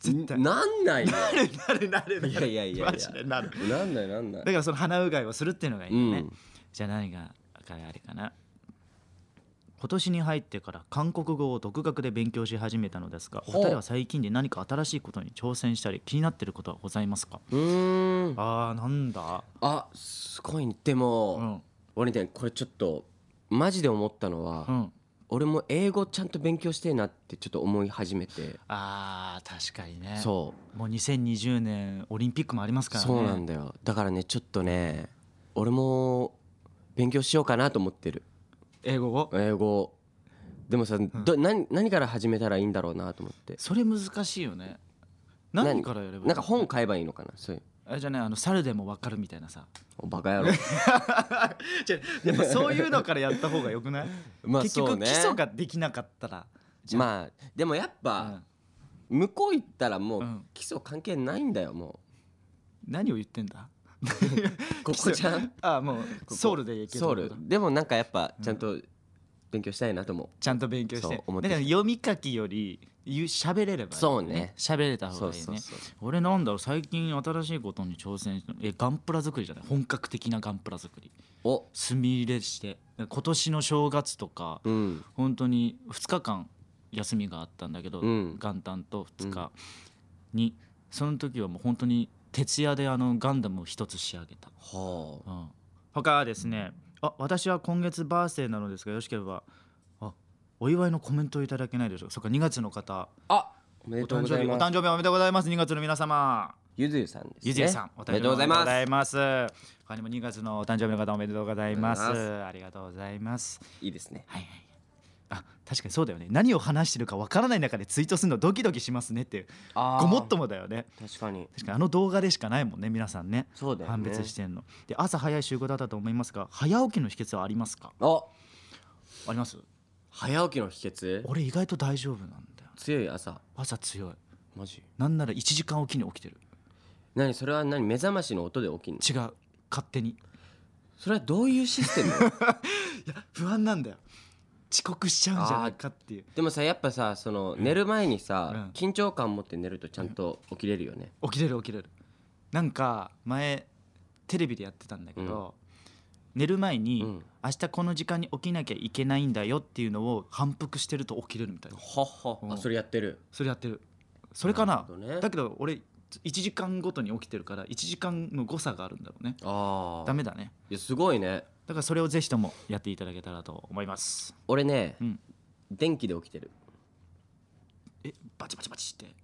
Speaker 2: 絶対な
Speaker 1: なんないよ
Speaker 2: るなるなるなる
Speaker 1: いやいやいやい (laughs) や
Speaker 2: マジでなる
Speaker 1: なんないなんない
Speaker 2: だからその鼻うがいをするっていうのがいいよね、
Speaker 1: うん
Speaker 2: じゃあ何があれかな今年に入ってから韓国語を独学で勉強し始めたのですがお
Speaker 1: ほう
Speaker 2: 二人は最近で何か新しいことに挑戦したり気になってることはございますか
Speaker 1: うーん
Speaker 2: あーなんだ
Speaker 1: あすごいねで
Speaker 2: う
Speaker 1: も、
Speaker 2: ん
Speaker 1: 俺ねこれちょっとマジで思ったのは、
Speaker 2: うん
Speaker 1: 俺も英語ちゃんと勉強してえなってちょっと思い始めて、
Speaker 2: あー確かにね
Speaker 1: そう
Speaker 2: もう2020年オリンピックもありますからね
Speaker 1: そうなんだよだからねちょっとね俺も勉強しようかなと思ってる
Speaker 2: 英語を
Speaker 1: 英語でもさ、ど何何から始めたらいいんだろうなと思って
Speaker 2: それ難しいよね何
Speaker 1: 何
Speaker 2: からやればいいの
Speaker 1: なんか本買えばいいのかなそういう
Speaker 2: あれじゃあねあの猿でもわかるみたいな (laughs) さ
Speaker 1: おバカ野郎
Speaker 2: じゃあやっぱそういうのからやった方がよくない
Speaker 1: まあ
Speaker 2: 結
Speaker 1: そう
Speaker 2: 局
Speaker 1: ね
Speaker 2: 基礎ができなかったらじゃあ
Speaker 1: まあでもやっぱ、向こう行ったらもう
Speaker 2: うん
Speaker 1: 基礎関係ないんだよも
Speaker 2: 何を言ってんだ (laughs)
Speaker 1: うここじゃん
Speaker 2: あもうソウルで行ける
Speaker 1: ソウルでもなんかやっぱちゃんと勉強したいなと思う、
Speaker 2: ちゃんと勉強して
Speaker 1: そう
Speaker 2: だ
Speaker 1: 思っ
Speaker 2: か
Speaker 1: てきた
Speaker 2: ら読み書きより言う喋れればいい
Speaker 1: そうね
Speaker 2: 喋れた方
Speaker 1: そ
Speaker 2: が
Speaker 1: う
Speaker 2: いいね
Speaker 1: そうそう
Speaker 2: 俺なんだろう最近新しいことに挑戦したのえガンプラ作りじゃない本格的なガンプラ作り
Speaker 1: お
Speaker 2: 墨入れして今年の正月とか
Speaker 1: うん
Speaker 2: 本当に2日間休みがあったんだけど、
Speaker 1: うん
Speaker 2: 元旦と2日に、その時はもう本当に徹夜であのガンダムを一つ仕上げた、
Speaker 1: はあ
Speaker 2: うん、他はですねあ私は今月バースデーなのですがよろしければあお祝いのコメントをいただけないでしょうかそっか2月の方
Speaker 1: あおめで
Speaker 2: お
Speaker 1: とう
Speaker 2: 誕
Speaker 1: ご
Speaker 2: 生
Speaker 1: ざ
Speaker 2: 日
Speaker 1: い
Speaker 2: お
Speaker 1: ます
Speaker 2: 誕生日おめでとうございます2月の皆様
Speaker 1: ゆずゆさんです、ね、
Speaker 2: ゆずやさん
Speaker 1: おめでとうございます
Speaker 2: おめでとうございます他にも2月のお誕生日の方おめでとうございます
Speaker 1: おめでとうござい
Speaker 2: ありがとうございます
Speaker 1: いいですね
Speaker 2: はいはいあ確かにそうだよね何を話してるかわからない中でツイートするのドキドキしますねっていう
Speaker 1: あー
Speaker 2: ごもっともだよね
Speaker 1: 確かに
Speaker 2: 確かにあの動画でしかないもんね皆さんね
Speaker 1: そうだよね
Speaker 2: 判別してんので朝早い集合だったと思いますが早起きの秘訣はありますか
Speaker 1: あ
Speaker 2: あります
Speaker 1: 早起きの秘訣
Speaker 2: 俺意外と大丈夫なんだよ
Speaker 1: 強い朝
Speaker 2: 朝強い
Speaker 1: マジ
Speaker 2: なんなら1時間おきに起きてる
Speaker 1: 何それは何目覚ましの音で起きんの
Speaker 2: 違う勝手に
Speaker 1: それはどういうシステム
Speaker 2: (laughs) 不安なんだよ遅刻しちゃうんじゃないかっていう
Speaker 1: でもさやっぱさその寝る前にさ、
Speaker 2: うん
Speaker 1: 緊張感持って寝るとちゃんと起きれるよね、
Speaker 2: 起きれる起きれるなんか前テレビでやってたんだけど、寝る前に、
Speaker 1: うん
Speaker 2: 明日この時間に起きなきゃいけないんだよっていうのを反復してると起きれるみたいな
Speaker 1: はっは
Speaker 2: うん
Speaker 1: あそれやってる
Speaker 2: それやってるそれかな
Speaker 1: なるほどね
Speaker 2: だけど俺1時間ごとに起きてるから1時間の誤差があるんだろうね
Speaker 1: ああ
Speaker 2: ダメだね
Speaker 1: いやすごいね
Speaker 2: だからそれをぜひともやっていただけたらと思います
Speaker 1: 俺ね、
Speaker 2: うん
Speaker 1: 電気で起きてる
Speaker 2: えバチバチバチって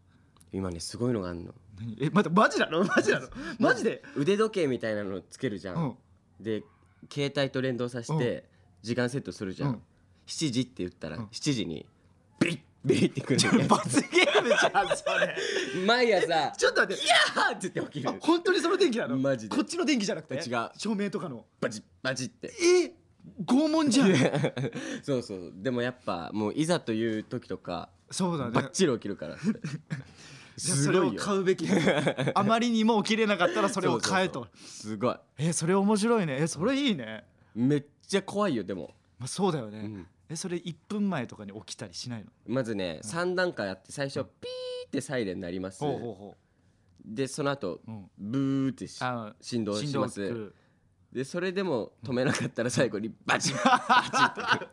Speaker 1: 今ねすごいのがあるの
Speaker 2: 何えまだマジなのマジなのマジで
Speaker 1: 腕時計みたいなのつけるじゃん、
Speaker 2: うん
Speaker 1: で携帯と連動させて時間セットするじゃん、
Speaker 2: うん
Speaker 1: 7時って言ったら
Speaker 2: うん
Speaker 1: 7時にビリッビリってくるのね
Speaker 2: 罰ゲームじゃんそれ
Speaker 1: (laughs) 毎朝
Speaker 2: ちょっと待っ
Speaker 1: 「
Speaker 2: て
Speaker 1: いやー!」って言って起き
Speaker 2: あ
Speaker 1: る
Speaker 2: 本当にその電気なの
Speaker 1: マジで
Speaker 2: こっちの電気じゃなくて
Speaker 1: 違う
Speaker 2: 照明とかの
Speaker 1: バチッバチッって
Speaker 2: え拷問じゃん
Speaker 1: そうそうでもやっぱもういざという時とか
Speaker 2: そうだ
Speaker 1: バ
Speaker 2: ね
Speaker 1: ッチリ起きるからそれ
Speaker 2: じゃあ
Speaker 1: す
Speaker 2: それ
Speaker 1: ご
Speaker 2: を
Speaker 1: いよ
Speaker 2: 買うべ (laughs) きだあまりにも起きれなかったらそれを買え
Speaker 1: そ
Speaker 2: と
Speaker 1: うそうそうすごい
Speaker 2: えそれ面白いねえそれいいね
Speaker 1: めっちゃ怖いよでも、
Speaker 2: まあそうだよね、
Speaker 1: うん
Speaker 2: えそれ1分前とかに起きたりしないの
Speaker 1: まずね3段階あって最初ピーってサイレン鳴ります
Speaker 2: ほうほうほ
Speaker 1: でその後
Speaker 2: う、うん、
Speaker 1: ブーってし
Speaker 2: あ
Speaker 1: 振動しま
Speaker 2: 振動
Speaker 1: す
Speaker 2: く
Speaker 1: でそれでも止めなかったら最後にバチッバチッとくる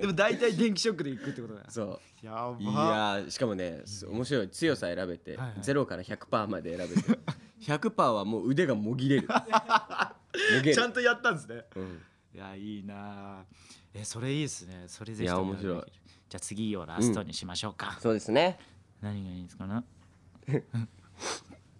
Speaker 2: でも大体電気ショックでいくってことだよ
Speaker 1: そう
Speaker 2: やば
Speaker 1: いやーしかもねす面白い強さ選べて、
Speaker 2: はいはい
Speaker 1: 0から100%まで選べて100%はもう腕がもぎれるもげる
Speaker 2: ちゃんとやったんですね
Speaker 1: うん
Speaker 2: いやいいなーえそれいいですねそれぜひ
Speaker 1: いや
Speaker 2: ともるべき
Speaker 1: 面白い
Speaker 2: じゃあ次をラストにしましょうか、
Speaker 1: そうですね
Speaker 2: 何がいいんです
Speaker 1: (laughs)
Speaker 2: かな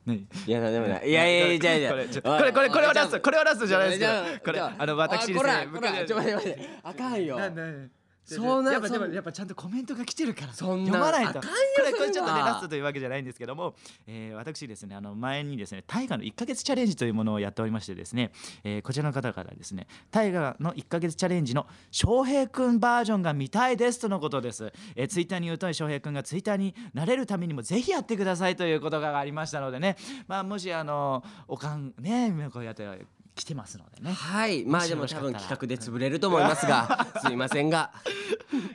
Speaker 2: 何
Speaker 1: いやでもないいやいやいやいや
Speaker 2: これちょこれこれこれはラストこれはラストじゃないですけどこれあの私ですね
Speaker 1: こらこ
Speaker 2: 僕
Speaker 1: らちょっと待って待ってあかんよ
Speaker 2: なな
Speaker 1: そんな
Speaker 2: やっぱ
Speaker 1: そん
Speaker 2: でもやっぱちゃんとコメントが来てるから
Speaker 1: そんな
Speaker 2: 読まない
Speaker 1: あ
Speaker 2: と
Speaker 1: かんよ
Speaker 2: これこれちょっと
Speaker 1: そん
Speaker 2: ね
Speaker 1: な
Speaker 2: ラストというわけじゃないんですけども、えー、私ですねあの前にですね大河の1ヶ月チャレンジというものをやっておりましてですね、えー、こちらの方からですね大河の1ヶ月チャレンジの翔平くんバージョンが見たいですとのことです、えー、ツイッターに言うとおり翔平くんがツイッターになれるためにもぜひやってくださいということがありましたのでねまあもしあのおかんねこうやって来てますのでね
Speaker 1: はいまあでも
Speaker 2: もしよ
Speaker 1: 多
Speaker 2: ろ
Speaker 1: 分
Speaker 2: しかったら
Speaker 1: 企画で潰れると思います
Speaker 2: (laughs)
Speaker 1: がすいませんが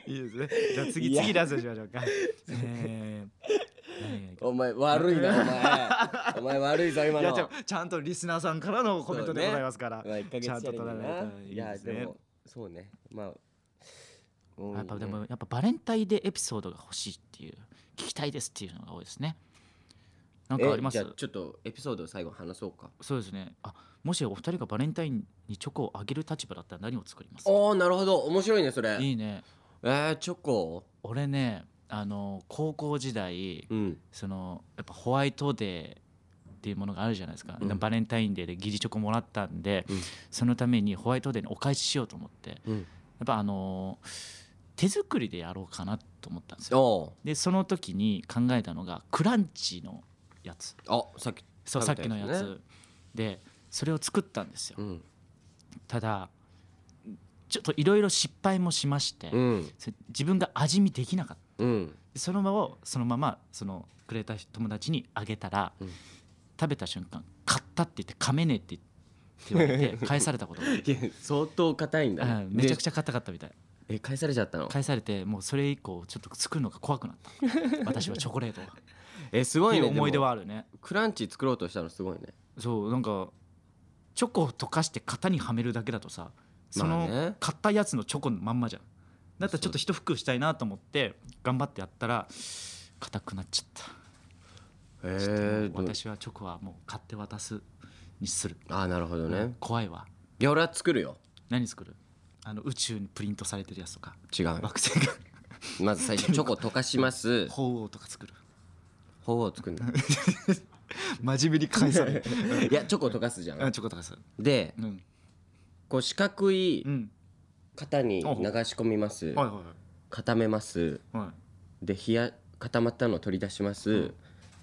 Speaker 2: いいですね。じゃあ次
Speaker 1: いや
Speaker 2: 次ラストしましょうか。えー何がいいか
Speaker 1: お前悪いなお前お前悪いぞ (laughs) 今
Speaker 2: い
Speaker 1: の
Speaker 2: やちゃんちゃんとリスナーさんからのコメントでございますから、
Speaker 1: まあ、1ヶ月
Speaker 2: ち
Speaker 1: チ
Speaker 2: ゃん
Speaker 1: ャレン
Speaker 2: と
Speaker 1: ジ
Speaker 2: 取ら
Speaker 1: な
Speaker 2: ないとい
Speaker 1: い
Speaker 2: いで
Speaker 1: や
Speaker 2: す
Speaker 1: で
Speaker 2: ね。
Speaker 1: もそうねまあうん
Speaker 2: やっぱでもやっぱバレンタインデーエピソードが欲しいっていう聞きたいですっていうのが多いですね。なんかありま
Speaker 1: え
Speaker 2: す
Speaker 1: じゃあちょっとエピソードを最後話そうか
Speaker 2: そうですね。あもしお二人がバレンタインにチョコをあげる立場だったら何を作りますか
Speaker 1: おおなるほど面白いねそれ
Speaker 2: いいね。
Speaker 1: えー、チョコ
Speaker 2: 俺ねあの高校時代、
Speaker 1: うん
Speaker 2: そのやっぱホワイトデーっていうものがあるじゃないですか、
Speaker 1: うん
Speaker 2: バレンタインデーで義理チョコもらったんで、
Speaker 1: うん
Speaker 2: そのためにホワイトデーにお返ししようと思ってや
Speaker 1: うん
Speaker 2: っぱあのー手作りでやろうかなと思ったんですよ
Speaker 1: お
Speaker 2: でその時に考えたのがクランチのやつ
Speaker 1: ーあさっき
Speaker 2: そうさっ
Speaker 1: 食べ
Speaker 2: き
Speaker 1: た
Speaker 2: の
Speaker 1: や
Speaker 2: や
Speaker 1: つ
Speaker 2: つ
Speaker 1: ね
Speaker 2: でそれを作ったんですよ、
Speaker 1: うん
Speaker 2: ただちょっといろいろ失敗もしまして、
Speaker 1: うん
Speaker 2: それ自分が味見できなかった
Speaker 1: うん
Speaker 2: そのままをそのままそのくれた友達にあげたら、
Speaker 1: うん
Speaker 2: 食べた瞬間「買った」って言って「噛めねえ」って言って言
Speaker 1: (laughs)
Speaker 2: われて返されたことがある
Speaker 1: いや相当硬いんだね、
Speaker 2: うんめちゃく
Speaker 1: ち
Speaker 2: ちゃ硬かったみたい
Speaker 1: ゃえ返されちゃったの
Speaker 2: 返されてもうそれ以降ちょっと作るのが怖くなった
Speaker 1: (laughs)
Speaker 2: 私はチョコレートがっ
Speaker 1: えす
Speaker 2: て
Speaker 1: ご
Speaker 2: い
Speaker 1: いうね
Speaker 2: 思い出
Speaker 1: でも
Speaker 2: はあるね
Speaker 1: クランチ作ろうとしたのすごいね
Speaker 2: そうなんかチョコを溶かして型にはめるだけだとさそ
Speaker 1: まあ
Speaker 2: の
Speaker 1: ね
Speaker 2: 買ったやつのチョコのまんまじゃんだったらちょっと一服したいなと思って頑張ってやったら硬くなっちゃった
Speaker 1: へ
Speaker 2: ちょっともう
Speaker 1: え
Speaker 2: 私はチョコはもう買って渡すにする、
Speaker 1: ああなるほどね、
Speaker 2: 怖いわ
Speaker 1: いや俺は作るよ
Speaker 2: 何作るあの宇宙にプリントされてるやつとか
Speaker 1: 違う
Speaker 2: (laughs) 惑星が
Speaker 1: まず最初チョコ溶かし
Speaker 2: (laughs)
Speaker 1: ます
Speaker 2: 鳳凰とか作る
Speaker 1: ほを作る
Speaker 2: (laughs)
Speaker 1: の
Speaker 2: 真面目に返さ (laughs) ない
Speaker 1: いやチョコ溶かすじゃ
Speaker 2: あ
Speaker 1: ん
Speaker 2: チョコとかさ
Speaker 1: で
Speaker 2: うん
Speaker 1: こう四角い
Speaker 2: うん
Speaker 1: 型に流し込みます
Speaker 2: はいはい
Speaker 1: 固めます
Speaker 2: はいはい
Speaker 1: で冷や固まったのを取り出します、
Speaker 2: うん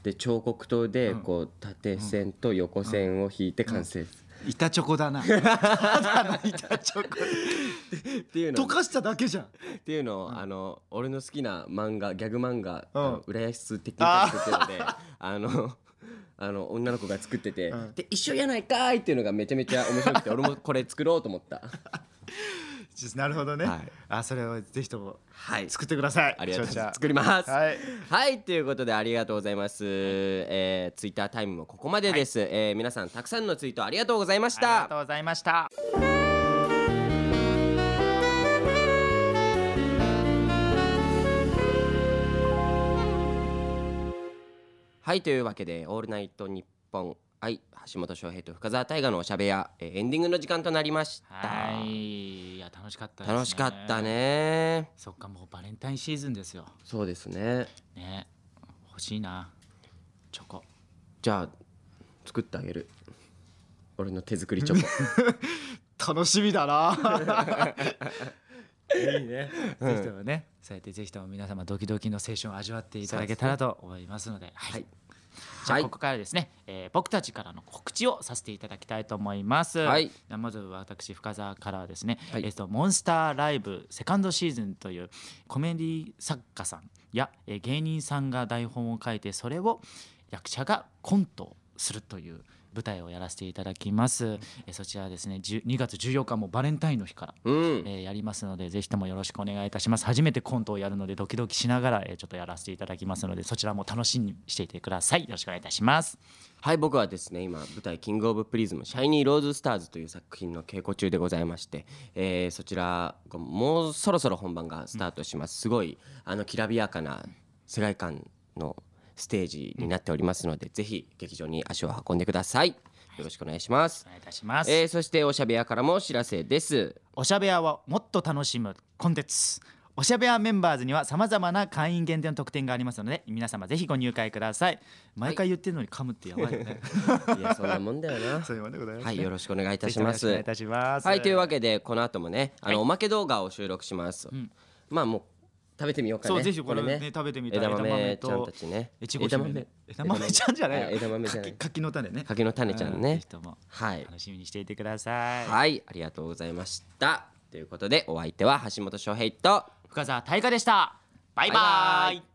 Speaker 1: で彫刻刀で
Speaker 2: ん
Speaker 1: こう縦線と横線を引いて完成、
Speaker 2: 板チョコだ (laughs) なただの板チョ (laughs) コ
Speaker 1: っていうの
Speaker 2: 溶かしただけじゃん
Speaker 1: っていうのを、あの俺の好きな漫画ギャグ漫画「
Speaker 2: うん
Speaker 1: あの浦安テクニカル」っていうので (laughs) あの。あの女の子が作ってて、
Speaker 2: うん
Speaker 1: で一緒やないかーいっていうのがめちゃめちゃ面白くて俺もこれ作ろうと思った
Speaker 2: (laughs) なるほどね、
Speaker 1: はい
Speaker 2: あそれはぜひとも
Speaker 1: はい
Speaker 2: 作ってください
Speaker 1: ありがとうござい
Speaker 2: 勝
Speaker 1: ま
Speaker 2: 者
Speaker 1: す作りますはい、
Speaker 2: はい
Speaker 1: ということでありがとうございます、えー、ツイッタータイムもここまでです、えー皆さんたくさんのツイートありがとうございまし
Speaker 2: ありが
Speaker 1: た
Speaker 2: とうございました
Speaker 1: はいというわけで「オールナイトニッポン」はい橋本翔平と深澤大河のおしゃべや、えーエンディングの時間となりました、
Speaker 2: はいいや楽しかったですね
Speaker 1: 楽しかったね
Speaker 2: そっかもうバレンタインシーズンですよ
Speaker 1: そうですね
Speaker 2: ね欲しいなチョコ
Speaker 1: じゃあ作ってあげる俺の手作りチョ (laughs) コ
Speaker 2: 楽しみだないいね、ぜひともねそうやってぜひとも皆様ドキドキの青春を味わっていただけたらと思いますのではい、
Speaker 1: はい
Speaker 2: じゃ
Speaker 1: は
Speaker 2: あ
Speaker 1: い
Speaker 2: ここからですね、えー僕たちからの告知をさせていただきたいと思います、
Speaker 1: はい
Speaker 2: まず私深澤からはですね、
Speaker 1: はい
Speaker 2: えっとモンスターライブセカンドシーズンというコメディ作家さんや、えー芸人さんが台本を書いてそれを役者がコントをするという舞台をやらせていただきます、えーそちらはですね10 2月14日もうバレンタインの日から、
Speaker 1: うん
Speaker 2: えーやりますのでぜひともよろしくお願いいたします初めてコントをやるのでドキドキしながら、えーちょっとやらせていただきますのでそちらも楽しみにしていてくださいよろしくお願いいたします
Speaker 1: はい僕はですね今舞台「キングオブプリズムシャイニーローズスターズ」という作品の稽古中でございまして、えーそちらがもうそろそろ本番がスタートします、すごいあのきらびやかな世界観のステージになっておりますので、ぜひ劇場に足を運んでくださいよろしくお願いします
Speaker 2: お、願いいたします、
Speaker 1: えーそしておしゃべやからもお知らせです
Speaker 2: おしゃべやはもっと楽しむコンテンツおしゃべやメンバーズにはさまざまな会員限定の特典がありますので皆様ぜひご入会ください毎回言ってるのに噛むってやばいよね、
Speaker 1: いやそんなもんだよな
Speaker 2: (laughs) そういうもんでございます
Speaker 1: (laughs) はい、よろしくお願いいた
Speaker 2: ぜひ
Speaker 1: し
Speaker 2: ともよ
Speaker 1: ま
Speaker 2: ろしくお願
Speaker 1: す
Speaker 2: いい。たします
Speaker 1: はい、というわ
Speaker 2: け
Speaker 1: けで、この後もね、あの、おまけ動画を収録します。まあ、もう食べてみようかね。
Speaker 2: そうぜひこれね食べてみたい
Speaker 1: 枝豆
Speaker 2: 枝豆
Speaker 1: ち
Speaker 2: と
Speaker 1: ゃんたちね。
Speaker 2: えちご姫ね枝豆ちゃんじゃないよ
Speaker 1: あ枝豆じゃない
Speaker 2: 柿柿の種ね
Speaker 1: 柿の種ちゃんね
Speaker 2: うぜひとも
Speaker 1: はい、
Speaker 2: 楽しみにしていてください、
Speaker 1: はい、ありがとうございました。ということで、お相手は橋本翔平と。
Speaker 2: 深澤大河でしたバイバ
Speaker 1: バイバ
Speaker 2: イ
Speaker 1: イ